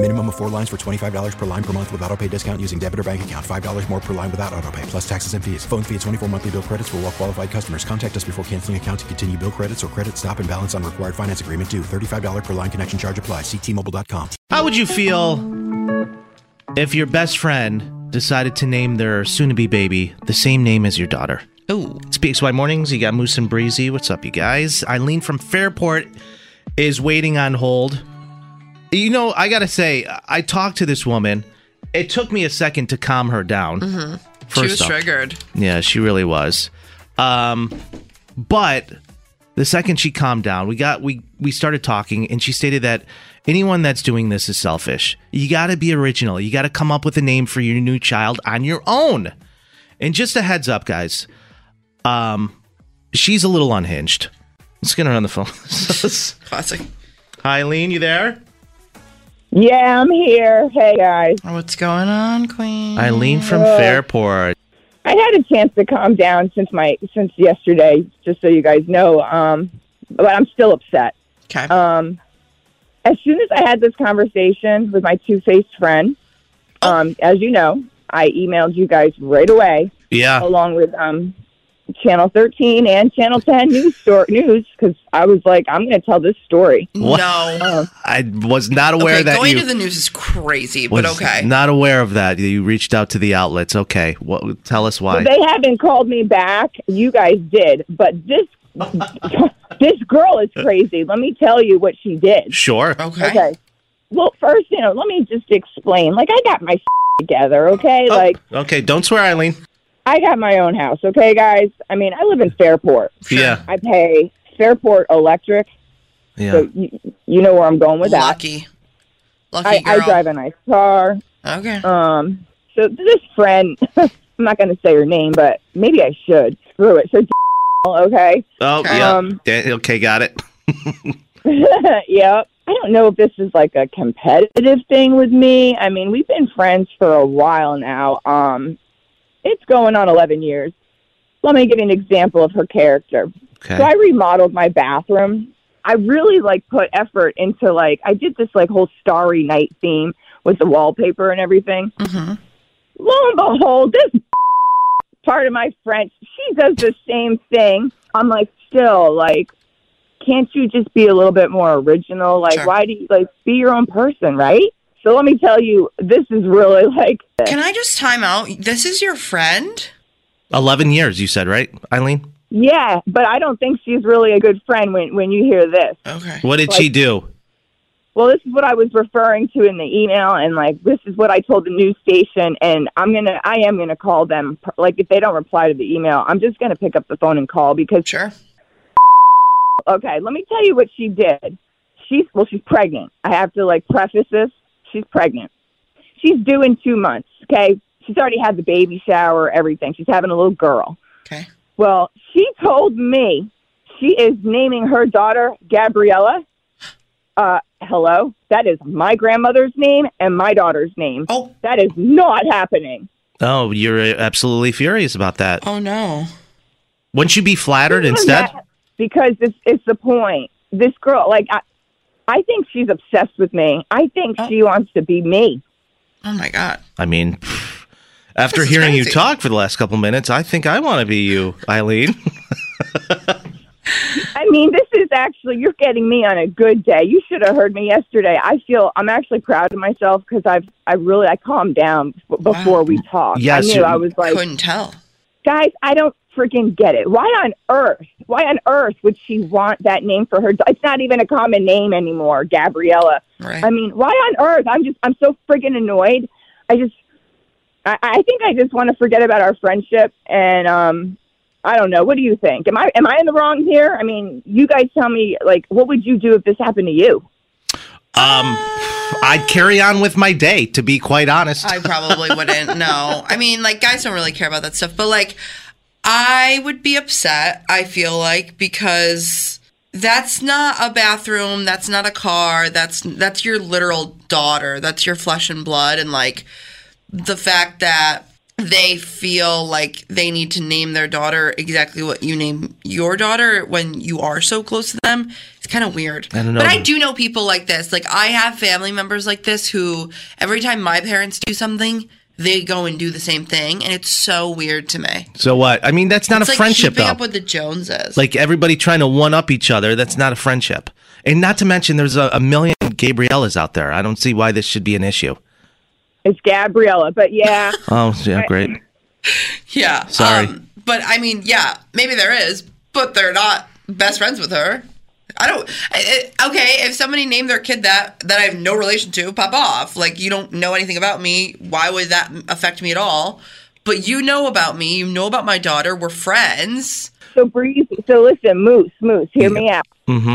Minimum of four lines for $25 per line per month with auto pay discount using debit or bank account. $5 more per line without auto pay, plus taxes and fees. Phone fee at 24 monthly bill credits for all well qualified customers. Contact us before canceling account to continue bill credits or credit stop and balance on required finance agreement due. $35 per line connection charge applies. Ctmobile.com. How would you feel if your best friend decided to name their soon to be baby the same name as your daughter? Oh, It's BXY Mornings. You got Moose and Breezy. What's up, you guys? Eileen from Fairport is waiting on hold. You know, I got to say, I talked to this woman. It took me a second to calm her down. Mm-hmm. First she was off. triggered. Yeah, she really was. Um, but the second she calmed down, we got we we started talking, and she stated that anyone that's doing this is selfish. You got to be original. You got to come up with a name for your new child on your own. And just a heads up, guys, um, she's a little unhinged. Let's get her on the phone. Classic. Hi, Eileen, you there? Yeah, I'm here. Hey guys, What's going on, Queen? Eileen from Fairport. I had a chance to calm down since my since yesterday. Just so you guys know, um, but I'm still upset. Okay. Um, as soon as I had this conversation with my two-faced friend, um, as you know, I emailed you guys right away, Yeah, along with um, Channel 13 and Channel 10 news story news, because I was like, I'm going to tell this story. What? No. I was not aware Okay, that going you to the news is crazy, was but okay. not aware of that. You reached out to the outlets. Okay, what? Tell us why. They haven't called me back. You guys did, but this this girl is crazy. Let me tell you what she did. sure. okay. Okay. Well, first, you know, let me just explain. Like, I got my together. Okay, Oh, like okay, don't swear, Eileen. I got my own house. Okay, guys. I mean, I live in Fairport. Yeah, I pay Fairport Electric, yeah. so you, you know where I'm going with that. Lucky. Lucky I, I girl. drive a nice car. Okay. Um, so this friend, I'm not going to say her name, but maybe I should. Screw it. So, okay. oh, okay. yeah. Um, Da- okay, got it. yep. I don't know if this is like a competitive thing with me. I mean, we've been friends for a while now. Um, it's going on 11 years. Let me give you an example of her character. Okay. So I remodeled my bathroom. I really like put effort into like I did this like whole starry night theme with the wallpaper and everything. Mhm. Lo and behold, this part of my French, she does the same thing. I'm like, still like, can't you just be a little bit more original? Like, Sure. why do you like be your own person, right? So let me tell you, this is really like Can I just time out? This is your friend? 11 years, you said, right, Eileen? Yeah, but I don't think she's really a good friend when when you hear this. Okay. What did she do? Well, this is what I was referring to in the email, and like this is what I told the news station, and I'm gonna, I am gonna call them. Like if they don't reply to the email, I'm just gonna pick up the phone and call because. Sure. Okay, let me tell you what she did. She's well, she's pregnant. I have to like preface this. She's pregnant. She's due in two months. Okay, she's already had the baby shower, everything. She's having a little girl. Okay. Well, she told me she is naming her daughter Gabriella. Uh, hello? That is my grandmother's name and my daughter's name. Oh. That is not happening. Oh, you're absolutely furious about that. Oh no. Wouldn't you be flattered Isn't instead? that- Because it's, it's the point. This girl, like, I, I think she's obsessed with me. I think she wants to be me. Oh my god. I mean, pff, after This is hearing you crazy. talk for the last couple minutes, I think I want to be you, Eileen. I mean, this is actually, you're getting me on a good day. You should have heard me yesterday. I feel, I'm actually proud of myself because I've, I really, I calmed down b- before we talked. Yes, I you- knew I was like, Couldn't tell. guys, I don't freaking get it. Why on earth? Why on earth would she want that name for her? It's not even a common name anymore, Gabriella. Right. I mean, why on earth? I'm just, I'm so friggin' annoyed. I just, I, I think I just want to forget about our friendship. And, um, I don't know. What do you think? Am I, am I in the wrong here? I mean, you guys tell me, like, what would you do if this happened to you? Um, I'd carry on with my day, to be quite honest. I probably wouldn't. No, I mean, like guys don't really care about that stuff, but like I would be upset. I feel like because that's not a bathroom, that's not a car, that's that's your literal daughter, that's your flesh and blood, and like the fact that they feel like they need to name their daughter exactly what you name your daughter when you are so close to them. It's kind of weird. I don't know. But I do know people like this. Like I have family members like this who every time my parents do something, they go and do the same thing, and it's so weird to me. so what? I mean, that's not it's a like friendship, keeping though. up with the Joneses. like everybody trying to one up each other. That's not a friendship. And not to mention, there's a, a million Gabriellas out there. I don't see why this should be an issue. It's Gabriella, but yeah. Oh, yeah, great. Uh, yeah, um, Sorry. but I mean, yeah, maybe there is, but they're not best friends with her. I don't. I, I- okay, if somebody named their kid that that I have no relation to, pop off. Like you don't know anything about me. Why would that affect me at all? But you know about me. You know about my daughter. We're friends. So breezy. So listen, Moose, Moose, hear me out.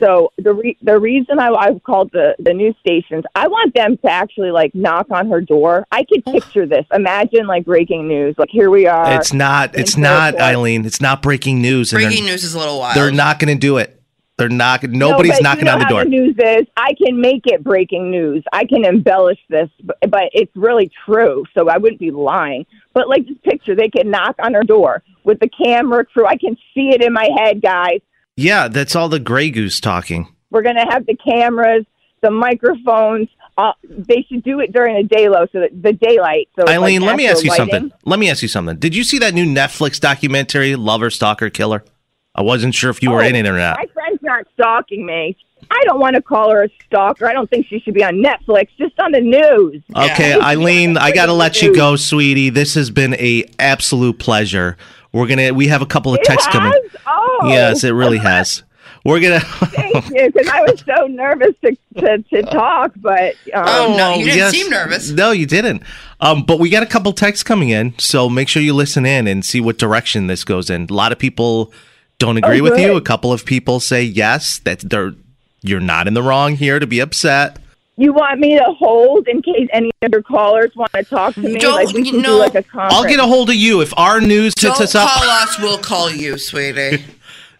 So the re- the reason I, I've called the the news stations, I want them to actually like knock on her door. I could picture this. Imagine like breaking news. Like here we are. It's not. It's Thank not, you. Eileen. It's not breaking news. and they're- Breaking news is a little wild. They're not going to do it. They're not. No, Nobody's but knocking you know on the how door. The news is I can make it breaking news. I can embellish this, but, but it's really true. So I wouldn't be lying. But like just picture, they could knock on her door with the camera crew. I can see it in my head, guys. yeah, that's all the Grey Goose talking. We're going to have the cameras, the microphones. Uh, they should do it during the day low, so that the daylight. So it's, Eileen, like, let me natural ask you lighting. something. Let me ask you something. Did you see that new Netflix documentary, Lover, Stalker, Killer? I wasn't sure if you were Oh, in it or not. My friend's not stalking me. I don't want to call her a stalker. I don't think she should be on Netflix, just on the news. Okay, Eileen, I gotta let you go, sweetie. This has been a absolute pleasure. We're gonna we have a couple of It texts coming. has? Oh. Yes, it really has. We're gonna Thank you, because I was so nervous to, to, to talk, but um, Oh, no, you didn't Yes. seem nervous. No, you didn't. Um, but we got a couple texts coming in, so make sure you listen in and see what direction this goes in. A lot of people don't Oh, agree with you. good. A couple of people say yes that they're you're not in the wrong here to be upset. you want me to hold in case any of your callers want to talk to me? Don't- like we can no. do like a conference. I'll get a hold of you if our news hits Don't us up. call us. We'll call you, sweetie.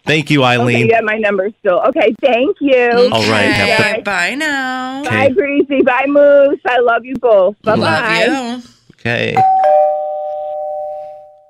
Thank you, Okay, Eileen. yeah, my number still. Okay, thank you. All right, have Okay, the- bye now. Bye, Okay. Breezy. Bye, Moose. I love you both. Bye bye. Love you. Okay.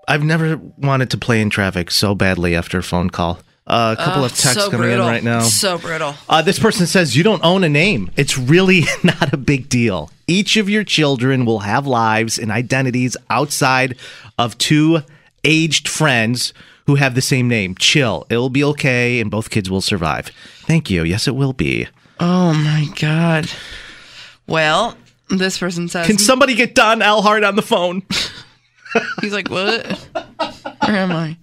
I've never wanted to play in traffic so badly after a phone call. Uh, a couple of texts Oh, so coming brutal. in right now. So brutal. Uh, this person says you don't own a name. It's really not a big deal. Each of your children will have lives and identities outside of two aged friends who have the same name. Chill. It'll be okay, and both kids will survive. Thank you. Yes, it will be. Oh my god. Well, this person says Can somebody get Don Elhart on the phone? he's like, "What? Where am I?"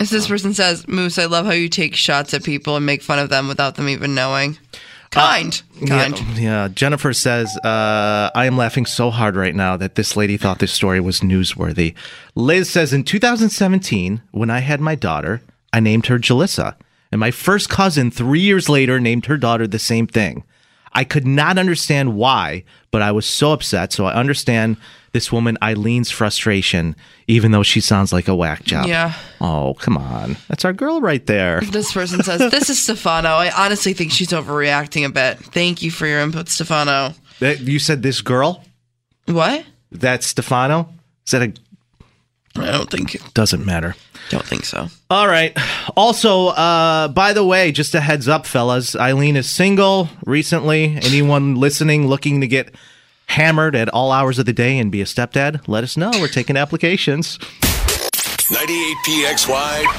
As this person says, "Moose, I love how you take shots at people and make fun of them without them even knowing." Kind, kind. Yeah, yeah. Jennifer says, uh, I am laughing so hard right now that this lady thought this story was newsworthy. Liz says, In 2017, when I had my daughter, I named her Jalissa. And my first cousin, three years later, named her daughter the same thing. I could not understand why, but I was so upset. So I understand this woman, Eileen's frustration, even though she sounds like a whack job. Yeah. Oh, come on. That's our girl right there. This person says, "This is Stefano. I honestly think she's overreacting a bit. Thank you for your input, Stefano." That- you said this girl? What? That's Stefano? Is that a I don't think. Doesn't matter. Don't think so. All right. Also, uh, by the way, just a heads up, fellas. Eileen is single recently. Anyone listening looking to get hammered at all hours of the day and be a stepdad, let us know. We're taking applications. 98PXY.